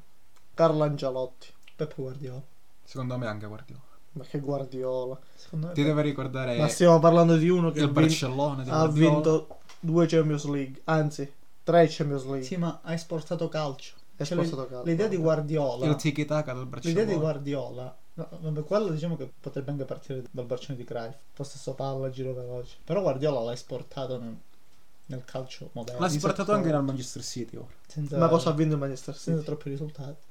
Carlo Angelotti.
Peppe Guardiola.
Secondo me anche Guardiola.
Ma che guardiola.
Secondo me.
Ti deve ricordare
Ma stiamo parlando di uno che
Eh, il
vin-
Barcellona di
ha
Guardiola.
vinto due Champions League. Anzi, tre Champions League.
Sì, ma ha esportato calcio.
È
Cioè,
spostato caldo.
L'idea di Guardiola.
il tiki taka del Barcellona.
L'idea di Guardiola, no, vabbè, quello diciamo che potrebbe anche partire dal barcone di Cruyff, possesso palla, giro veloce. Però Guardiola l'ha esportato nel, nel calcio moderno.
L'ha
Di
esportato
sotto-
anche dal Manchester City ora.
senza,
Ma cosa ha vinto il Manchester
senza
City?
troppi risultati.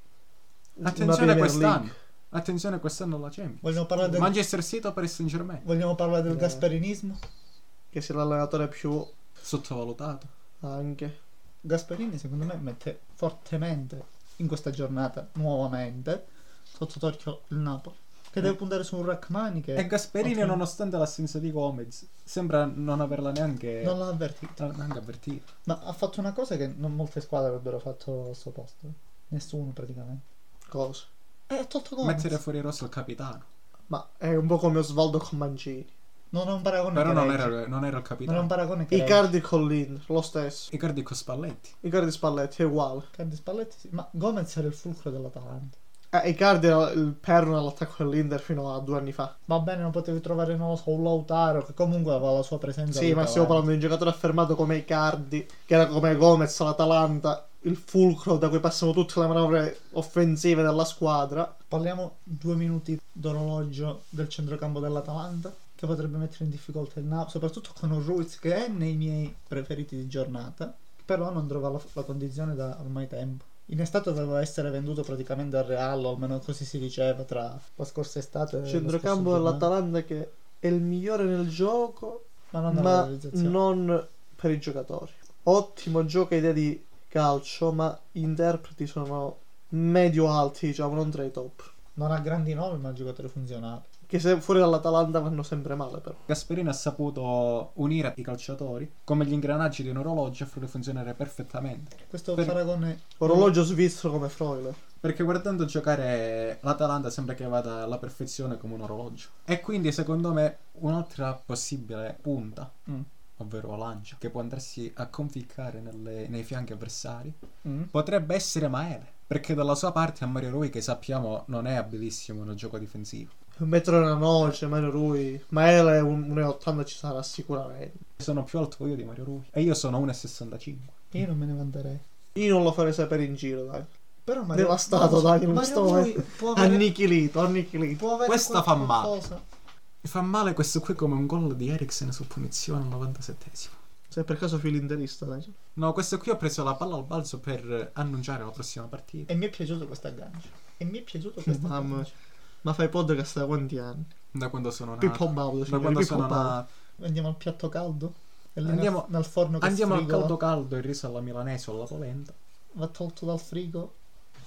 Una
Attenzione
Premier
quest'anno.
League.
Attenzione quest'anno alla Champions.
Vogliamo parlare del,
Manchester City o Paris Saint Germain.
vogliamo parlare del
Eh.
gasperinismo?
Che sia l'allenatore più
Sottovalutato.
anche.
Gasperini secondo me mette fortemente in questa giornata, nuovamente, sotto torchio il Napoli, che
Mm.
deve puntare su un Rachmani che
E Gasperini,
Eh, Ok.
nonostante l'assenza di Gomez, sembra non averla neanche,
non l'ha avvertito.
neanche avvertita.
Ma ha fatto una cosa che non molte squadre avrebbero fatto al suo posto. Nessuno praticamente.
Cosa?
E ha tolto Gomez.
Mettere fuori rosso il capitano.
Ma è un po' come Osvaldo con Mancini.
Non è un paragone
Però
che
non
regge.
era, non era il
Non è un
capitano.
paragone che regge.
Icardi con Lin, lo stesso.
Icardi con Spalletti.
Icardi Spalletti è uguale.
Icardi Spalletti sì. Ma Gomez era il fulcro dell'Atalanta.
Eh, Icardi era il perno all'attacco dell'Inter fino a due anni fa.
Va bene, non potevi trovare, non lo so, un Lautaro che comunque aveva la sua presenza.
Sì,
lì
ma
davanti.
stiamo parlando di un giocatore affermato come Icardi, che era come Gomez all'Atalanta, il fulcro da cui passano tutte le manovre offensive della squadra.
Parliamo due minuti d'orologio del centrocampo dell'Atalanta che potrebbe mettere in difficoltà il Napoli, soprattutto con un Ruiz che è nei miei preferiti di giornata, però non trova la, la condizione da ormai tempo. In estate doveva essere venduto praticamente al Real, o almeno così si diceva tra la scorsa estate e
Centrocampo
lo scorso gennaio.
dell'Atalanta che è il migliore nel gioco,
ma non nella
ma
realizzazione.
non per i giocatori. Ottimo gioco e idea di calcio, ma gli interpreti sono medio-alti, diciamo, non tra i top.
Non ha grandi nomi, ma è un giocatore funzionale.
Che se fuori dall'Atalanta vanno sempre male, però.
Gasperini ha saputo unire i calciatori come gli ingranaggi di un orologio e farli funzionare perfettamente.
Questo
Per-
paragone
Orologio svizzero come Freuler.
Perché guardando giocare l'Atalanta sembra che vada alla perfezione come un orologio. E quindi secondo me un'altra possibile punta,
Mm.
ovvero Lancia, che può andarsi a conficcare nelle- nei fianchi avversari,
Mm.
potrebbe essere Maele. Perché dalla sua parte a Mario Rui, che sappiamo non è abilissimo nel gioco difensivo.
Metro una noce, Mario Rui. Ma Ele è un 1,80 ci sarà sicuramente.
Sono più alto io di Mario Rui. E io sono 1,65.
io non me ne vanterei.
Io non lo farei sapere in giro, dai.
Però Mario-
Devastato, dai, in
Mario
questo
Rui
momento.
può avere-
Annichilito, annichilito.
può avere
Questa fa male.
qualcosa.
Mi fa male questo qui come un gol di Eriksen su punizione al 97esimo.
Se per caso fili interista, dai.
No, questo qui ho preso la palla al balzo per eh, annunciare la prossima partita.
E mi è piaciuto questo aggancio. E mi è piaciuto questo
Mamma
aggancio.
Ma fai podcast da quanti anni?
Da quando sono nato.
Pippo Baudo,
Ah, da
signori,
quando
Pippo
sono
Baudo.
nato.
Andiamo al piatto caldo. E lì
Andiamo-
nel, nel forno che
Andiamo al
sfrigola.
caldo caldo, il riso alla milanese o alla polenta.
Va tolto dal frigo.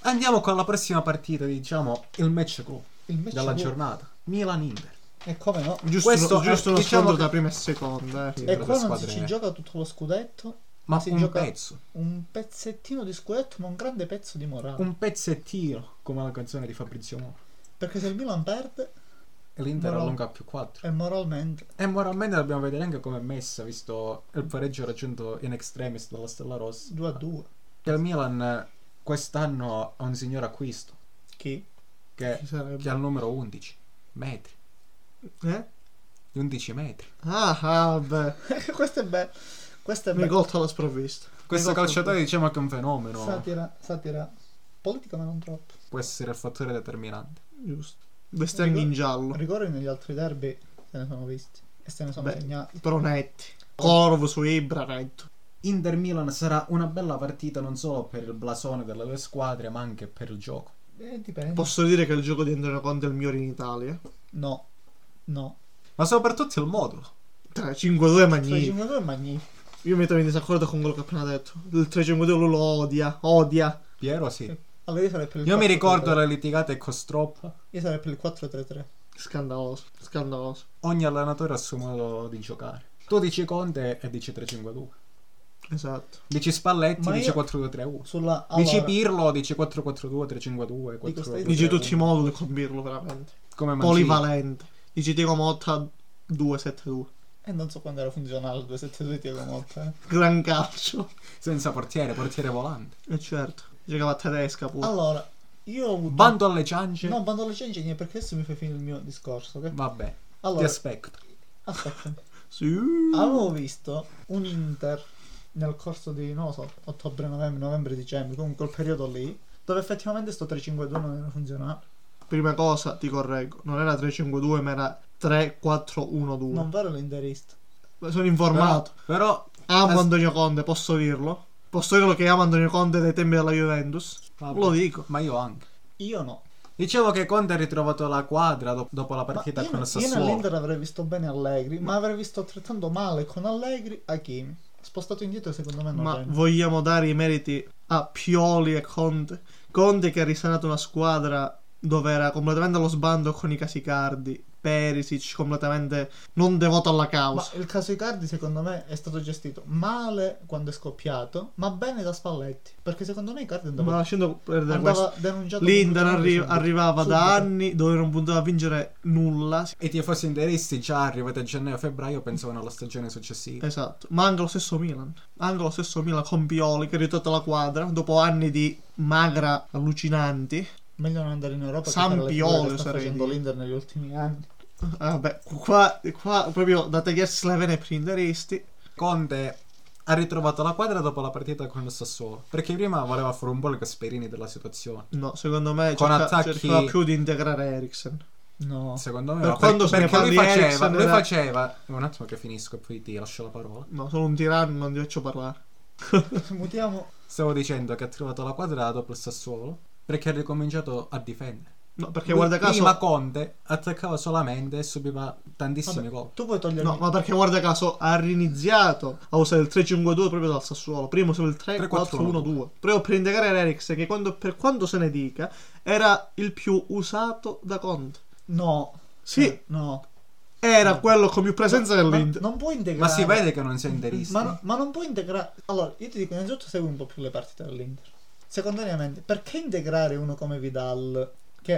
Andiamo con la prossima partita, diciamo, il match clou
Il match
della
vuo-
giornata. Milan-Inter.
E come no?
Giusto,
Questo
uno- giusto
è-
uno
diciamo
scontro
che-
da prima e seconda, eh.
Sì.
E
Dentro
qua
le
non si
squadre-
ci gioca tutto lo scudetto.
Ma
si
un
gioca-
pezzo,
Un pezzettino di scudetto, ma un grande pezzo di morale.
un pezzettino, come la canzone di Fabrizio Moro.
Perché se il Milan perde,
E l'Inter
Moro.
allunga a più 4.
è moralmente.
E moralmente dobbiamo vedere anche come è messa, visto il pareggio raggiunto in extremis dalla Stella Rossa.
2 a 2.
Che il Milan eh, quest'anno ha un signor acquisto,
Chi?
che,
Chi sarebbe?
che ha il numero 11 metri.
Eh?
11 metri.
Ah, ah, beh.
Questo è bello. Questo è
Mi
bello.
colto alla sprovvista.
Questo
Mi conto-
calciatore diciamo che è un fenomeno,
Satira, satira. Politica ma non troppo.
può essere il fattore determinante.
Giusto. Vesti anche in giallo.
Rigori negli altri derby se ne sono visti. E se ne sono
Beh.
segnati.
Però netti. Corvo su Ibra, netto.
Inter Milan sarà una bella partita non solo per il blasone delle due squadre, ma anche per il gioco.
Eh, dipende.
Posso dire che il gioco di Antonio Conte è il migliore in Italia.
No. No.
Ma soprattutto il modulo.
3-5-2 è
Il
magnifico.
5 è magnifico.
Io mi trovo in disaccordo con quello che ho appena detto. Il 352 lui lo odia, odia.
Piero sì.
Eh, Allora io sarei per il
Io mi
4-3-3.
ricordo le litigate con Strop.
Io sarei per il 4-3-3.
Scandaloso, scandaloso.
Ogni allenatore ha il suo modo di giocare. Tu dici Conte e dici 3-5-2.
Esatto.
Dici Spalletti,
Ma
dici
io-
4-2-3-1.
Sulla
Dici
allora,
Pirlo, dici 4-4-2, 3-5-2,
Dico stai-
4-2.
Dici tutti i moduli con Pirlo, veramente.
come Mancini.
Polivalente. Dici Diego Motta 2-7-2.
E Eh, non so quando era funzionale il 272 Tiago Motta. eh.
Gran calcio.
Senza portiere, portiere volante.
E certo. Giocava a tedesca pure.
Allora, io ho avuto.
Bando alle ciance.
No, bando alle ciance niente, perché adesso mi fai finire il mio discorso. ok?
Vabbè, ti
Allora,
aspetto.
aspetta.
Sì.
Avevo visto un Inter nel corso di, non lo so, ottobre, novembre, novembre, dicembre, comunque quel periodo lì, dove effettivamente sto 352 non era funzionale.
Prima cosa, ti correggo. Non era 3-5-2, ma era 3-4-1-2.
Non vero l'interista.
Sono informato.
Però,
Amo
As-
Antonio Conte, posso dirlo? Posso dirlo che amo Antonio Conte dai tempi della Juventus?
vabbè,
Lo dico.
ma io anche.
Io no.
Dicevo che Conte ha ritrovato la quadra do- dopo la
Ma
partita
io,
con il
io
Sassuolo.
nell'Inter avrei visto bene Allegri, ma avrei visto altrettanto male con Allegri Hakimi. Spostato indietro secondo me non
Ma
rende.
vogliamo dare i meriti a Pioli e Conte. Conte che ha risanato una squadra dove era completamente allo sbando con i Casicardi. Perisic completamente non devoto alla
Ma
causa.
il caso Icardi secondo me è stato gestito male quando è scoppiato, ma bene da Spalletti, perché secondo me Icardi
Ma,
andava,
lasciando perdere questo.
andava denunciato.
L'Inter arri-
pubblicamente subito.
arrivava da
Subito.
anni dove non puntava a vincere nulla.
E i tifosi interisti già arrivati a gennaio-febbraio pensavano alla stagione successiva.
Esatto, ma anche lo stesso Milan. Anche lo stesso Milan con Pioli che è ritornato alla quadra dopo anni di magra allucinanti.
Meglio non andare in Europa che
San
fare le
Piolo,
figure che sta
oserei
facendo
dire.
l'Inter negli ultimi anni.
Ah, Vabbè, qua, qua proprio da tagliarsi le vene per gli interisti.
Eh.
Conte ha ritrovato la quadra dopo la partita con il Sassuolo. Perché prima voleva fare un po' il Gasperini della situazione.
No, secondo me
Con
cerca-
attacchi-
cercava più di integrare Eriksen.
No.
Secondo me,
Per
ma
quando se ne
perché, perché lui
parli
faceva,
Eriksen
lui
era-
faceva. Un attimo che finisco e poi ti lascio la parola.
No, sono un tiranno, non ti faccio parlare.
Mutiamo.
Stavo dicendo che ha trovato la quadra dopo il Sassuolo perché ha ricominciato a difendere.
No, perché
Lui
guarda caso...
Prima Conte attaccava solamente e subiva tantissimi
Vabbè,
gol.
tu puoi togliermi.
No, ma perché guarda caso ha riniziato a usare il 3-5-2 proprio dal Sassuolo. Prima usava il 3-4-1-2. Proprio per integrare Eriksen che quando- per quanto se ne dica era il più usato da Conte.
No.
Sì,
Eh, No.
era quello con più presenza
Ma
dell'Inter.
non puoi integrare.
Ma si vede che non sei interista.
Ma, no- ma non puoi integrare. Allora, io ti dico, innanzitutto segui un po' più le partite dell'Inter. Secondariamente, perché integrare uno come Vidal che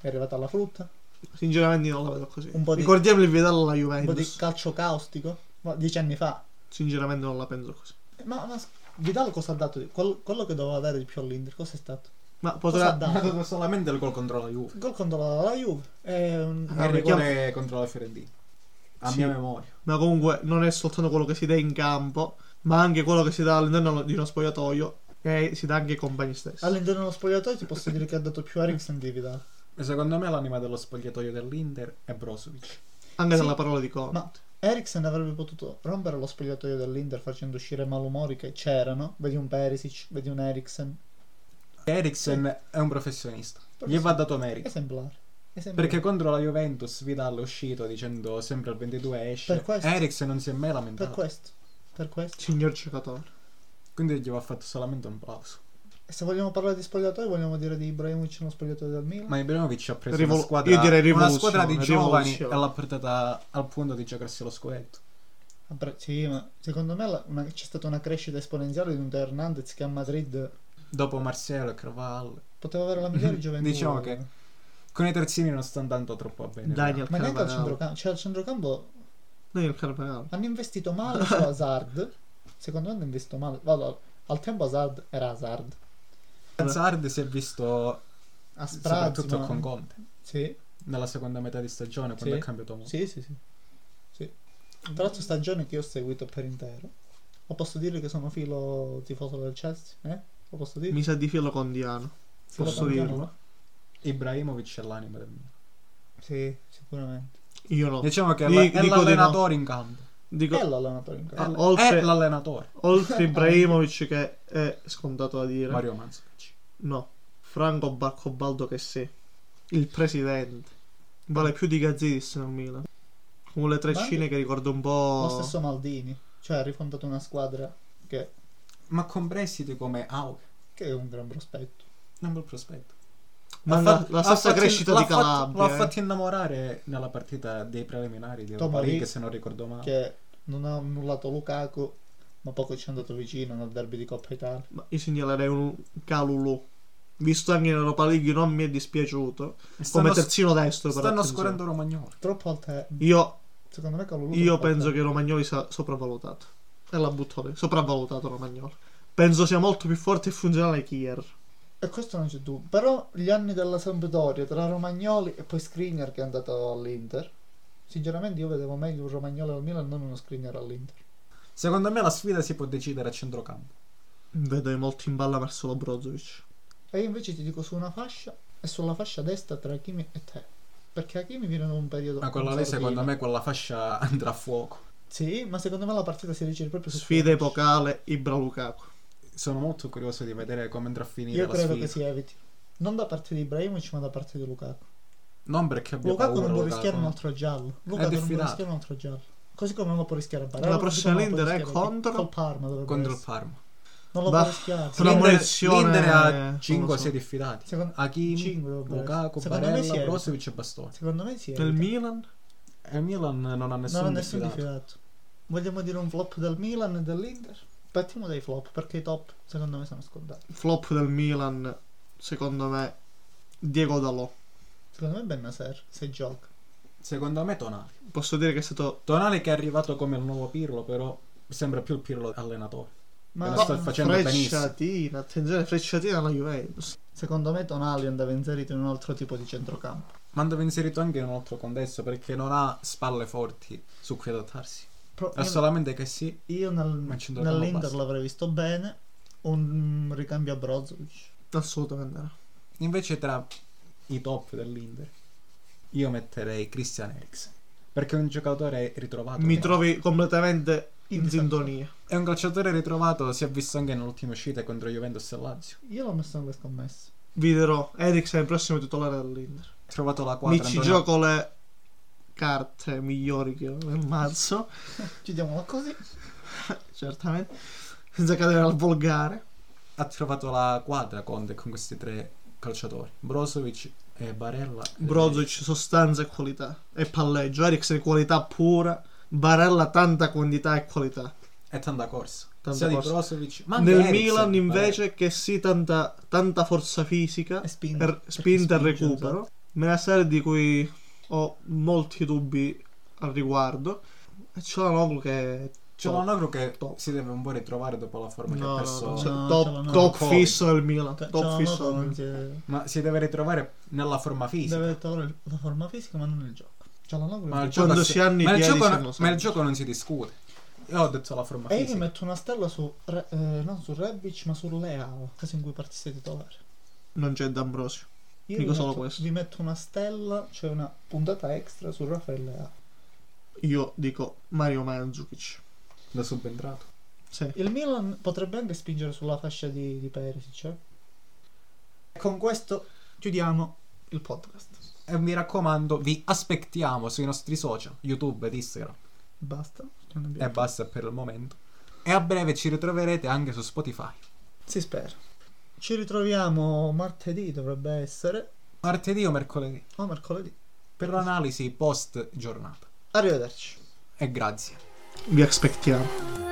è arrivato alla frutta?
Sinceramente io non la vedo così.
Un po' di-
Ricordiamo il Vidal alla
Un po' di
Juventus.
calcio caustico? Ma dieci anni fa.
Sinceramente non la penso così.
Ma, ma Vidal cosa ha dato? di- quel- quello che doveva dare di più all'Inter, cosa è stato?
Ma
Cosa ha
potrà...
Ha
dato?
dato solamente il gol contro la Juve.
Il gol contro la, la Juve. È un-
E il rigore contro la Fiorentina. A
Ah, Sì.
mia memoria.
Ma comunque non è soltanto quello che si dà in campo, ma anche quello che si dà all'interno di uno spogliatoio e si dà anche ai compagni stessi.
All'interno dello spogliatoio ti posso dire che ha dato più Eriksen di Vidal.
E secondo me l'anima dello spogliatoio dell'Inter è Brozovic.
Anche
sì,
dalla parola di Conte.
ma- Eriksen avrebbe potuto rompere lo spogliatoio dell'Inter facendo uscire malumori che c'erano. Vedi un Perisic, vedi un Eriksen.
Eriksen è un professionista. Gli
Professionista.
va dato
È
merito.
semplare. È semplare.
Perché contro la Juventus Vidal è uscito dicendo sempre al 22 esce.
Per questo.
Eriksen non si è mai
Per
lamentato.
questo. Per questo.
Signor giocatore.
Quindi gli va fatto solamente un applauso.
E se vogliamo parlare di spogliatoio, vogliamo dire di Ibrahimovic nello spogliatoio del Milan.
Ma Ibrahimovic ha preso
Rivol-
una squadra,
io
una
direi rivoluzione,
squadra di giovani e
rivoluzione.
l'ha portata al punto di giocarsi lo scudetto.
Vabbè, sì, ma secondo me la- una- c'è stata una crescita esponenziale di un De Hernandez che a Madrid
Dopo Marcelo e Carvalho.
poteva avere la migliore gioventù.
Diciamo che- Con i terzini non sta andando troppo bene.
Daniel
Ma neanche al
Carvajal.
centrocampo. Cioè al centrocampo
Daniel Carvajal.
Hanno investito male su Hazard. Secondo me hanno investito male. Vado, al tempo Hazard era Hazard.
Hazard si è visto
A sprazzi,
soprattutto
ma-
con Conte
Sì,
nella seconda metà di stagione quando
Sì.
è cambiato molto.
sì, sì, sì. Sì. Tra l'altro stagione che io ho seguito per intero. O posso dire che sono filo tifoso del Chelsea? Eh? Lo posso dire?
Mi sa di filo con Diano.
Filo
Posso
campione?
dirlo?
Ibrahimovic è l'anima del Milan.
Sì, sicuramente.
Io
Eh,
no.
Diciamo che è,
Oh. Di-
la- è
dico di
l'allenatore in campo.
Dico,
Bello allenatore in campo.
Ah,
È-
oltre-
È l'allenatore.
eh,
oltre Ibrahimovic che è scontato da dire.
Mario Manzovic.
No. Franco Barcobaldo che sì. Il presidente. Vale più di Gazzidis nel Milan. Con le treccine
anche-
che ricordo un
Lo
po'...
stesso Maldini. Cioè ha rifondato una squadra che,
Ma con prestiti come ah, Auge.
che è un gran prospetto.
Non bel prospetto.
Ma
L'ha
la-
fatto-
la
l'ha
stessa
fatto-
crescita
l'ha
di
fatto-
Calabria.
L'ha
eh.
fatto innamorare nella partita dei preliminari di Europa
Tomori,
League, se non ricordo
Ah.
male.
che non ha annullato Lukaku, ma poco ci è andato vicino nel derby di Coppa Italia.
Ma eh. io segnalerei un Calulu. Visto anche in Europa League non mi è dispiaciuto.
Stanno,
Come terzino destro però.
stanno
attenzione.
scorrendo Romagnoli.
Troppo alte.
Io,
Secondo me Calulu
io
troppo
penso
alte.
che Romagnoli sia sopravvalutato. E la butto lì. Sopravvalutato Romagnoli. Penso sia molto più forte e funzionale Kier.
E questo non c'è dubbio. Però gli anni della Sampdoria tra Romagnoli e poi Skriniar che è andato all'Inter. Sinceramente io vedevo meglio un Romagnoli al Milan non uno Skriniar all'Inter.
Secondo me la sfida si può decidere a centrocampo.
Vedo molto in balla Marcelo Brozovic.
E io invece ti dico su una fascia e sulla fascia destra tra Hakimi e te. Perché Hakimi viene da un periodo...
Ma quella lì,
sordino.
secondo me, quella fascia andrà a fuoco.
Sì, ma secondo me la partita si decide proprio su...
Sfida
quella.
epocale Ibra Lukaku.
Sono molto curioso di vedere come andrà a finire
Io
la
credo
sfida.
che si eviti. Non da parte di Ibrahimovic ma da parte di Lukaku.
Non perché abbia
Lukaku
paura
non può
Lukaku,
rischiare un
no.
altro giallo. Lukaku non può
diffidato.
rischiare un altro giallo. Così come non lo può rischiare a Barella.
La
così
prossima
come non lo può
Linder è
rischiare chi-
contro?
Col Parma dovrebbe
contro il
essere.
Parma.
Non lo
Bah.
può rischiare.
Una
L'Inter,
munizione-
l'Inter
non
ha
lo
5
so.
6 diffidati.
Secondo,
Hakimi,
Cinque dovrebbe
Lukaku,
essere. Secondo me si
eh.
Barella,
evita.
Brozovic e Bastoni.
secondo me sì. eh.
Nel Milan?
E il Milan non ha nessuno
non ha nessun
diffidato.
diffidato. Vogliamo dire un flop del Milan e dell'Inter? Partiamo dai flop perché i top secondo me sono scontati.
Flop del Milan, secondo me, Diego Dalò.
Secondo me Bennaser se gioca.
Secondo me Tonali.
Posso dire che è stato...
Tonali che è arrivato come il nuovo Pirlo, però sembra più il Pirlo allenatore.
Ma
Lo sta facendo benissimo.
frecciatina, attenzione, frecciatina alla Juventus.
secondo me Tonali andava inserito in un altro tipo di centrocampo.
Ma andava inserito anche in un altro contesto perché non ha spalle forti su cui adattarsi.
Pro-
Ha solamente che sì.
io nel-
Ma il centrocampo
nell'Inter
basta.
l'avrei visto bene. Un ricambio a Brozovic.
Assolutamente no.
Invece tra i top dell'Inter io metterei Christian Eriksen. Perché è un giocatore ritrovato.
Mi trovi completamente
In
in sintonia.
È un calciatore ritrovato, si è visto anche nell'ultima uscita contro Juventus e Lazio.
Io l'ho messo nelle scommesse.
Viderò Eriksen è il prossimo titolare dell'Inter.
Ha trovato la quadra.
Mi ci
Antonio-
gioco le carte migliori che ho nel mazzo,
Ci diamola così.
certamente, senza cadere al volgare.
Ha trovato la quadra Conte con questi tre calciatori. Brozovic e Barella.
Brozovic sostanza e qualità e palleggio, Eriksen qualità pura, Barella tanta quantità e qualità.
E tanta corsa.
Tanta
sia
corsa.
di Brozovic. Ma eh, anche
Nel
Eriksen,
Milan
Barella.
invece che sì tanta, tanta forza fisica
E spinta.
per
Perché
spinta e
spinge,
recupero.
esatto.
Me la serie di cui ho molti dubbi al riguardo. E c'è la Noglu che è
C'è
top,
Lanoglu che
Top.
si deve un po' ritrovare dopo la forma che
no,
ha
no,
perso.
no, c'è
No,
top,
c'è la Noglu.
top
Covid.
fisso del Milan.
Cioè,
top
c'è una
fisso
nota,
del
non
Milan.
si-
Ma si deve ritrovare nella forma fisica.
Deve trovare la forma fisica ma non il gioco. C'è la Noglu
Ma il
che-
gioco,
Quando si hanno i
ma il
piedi
gioco,
sono
non... ma
sempre.
il gioco non si discute. Io ho detto la forma
Eh,
E io gli
fisica.
metto una stella su, Re- eh, non su Rebic ma su Leao, caso in cui partisse titolare.
Non c'è D'Ambrosio.
Io
Dico
vi
solo
metto-
questo.
Vi metto una stella, cioè una puntata extra su Rafael Leao.
Io dico Mario Mandzukic.
Da subentrato.
Sì.
Il Milan potrebbe anche spingere sulla fascia di, di Perisic. eh. Con questo chiudiamo il podcast.
E mi raccomando, vi aspettiamo sui nostri social, YouTube ed Instagram.
Basta. non abbiamo-
E Eh, basta per il momento. E a breve ci ritroverete anche su Spotify.
Si spera. Ci ritroviamo martedì dovrebbe essere,
Martedì o mercoledì.
o mercoledì.
Per l'analisi post giornata.
Arrivederci.
E grazie.
Vi aspettiamo.
Thank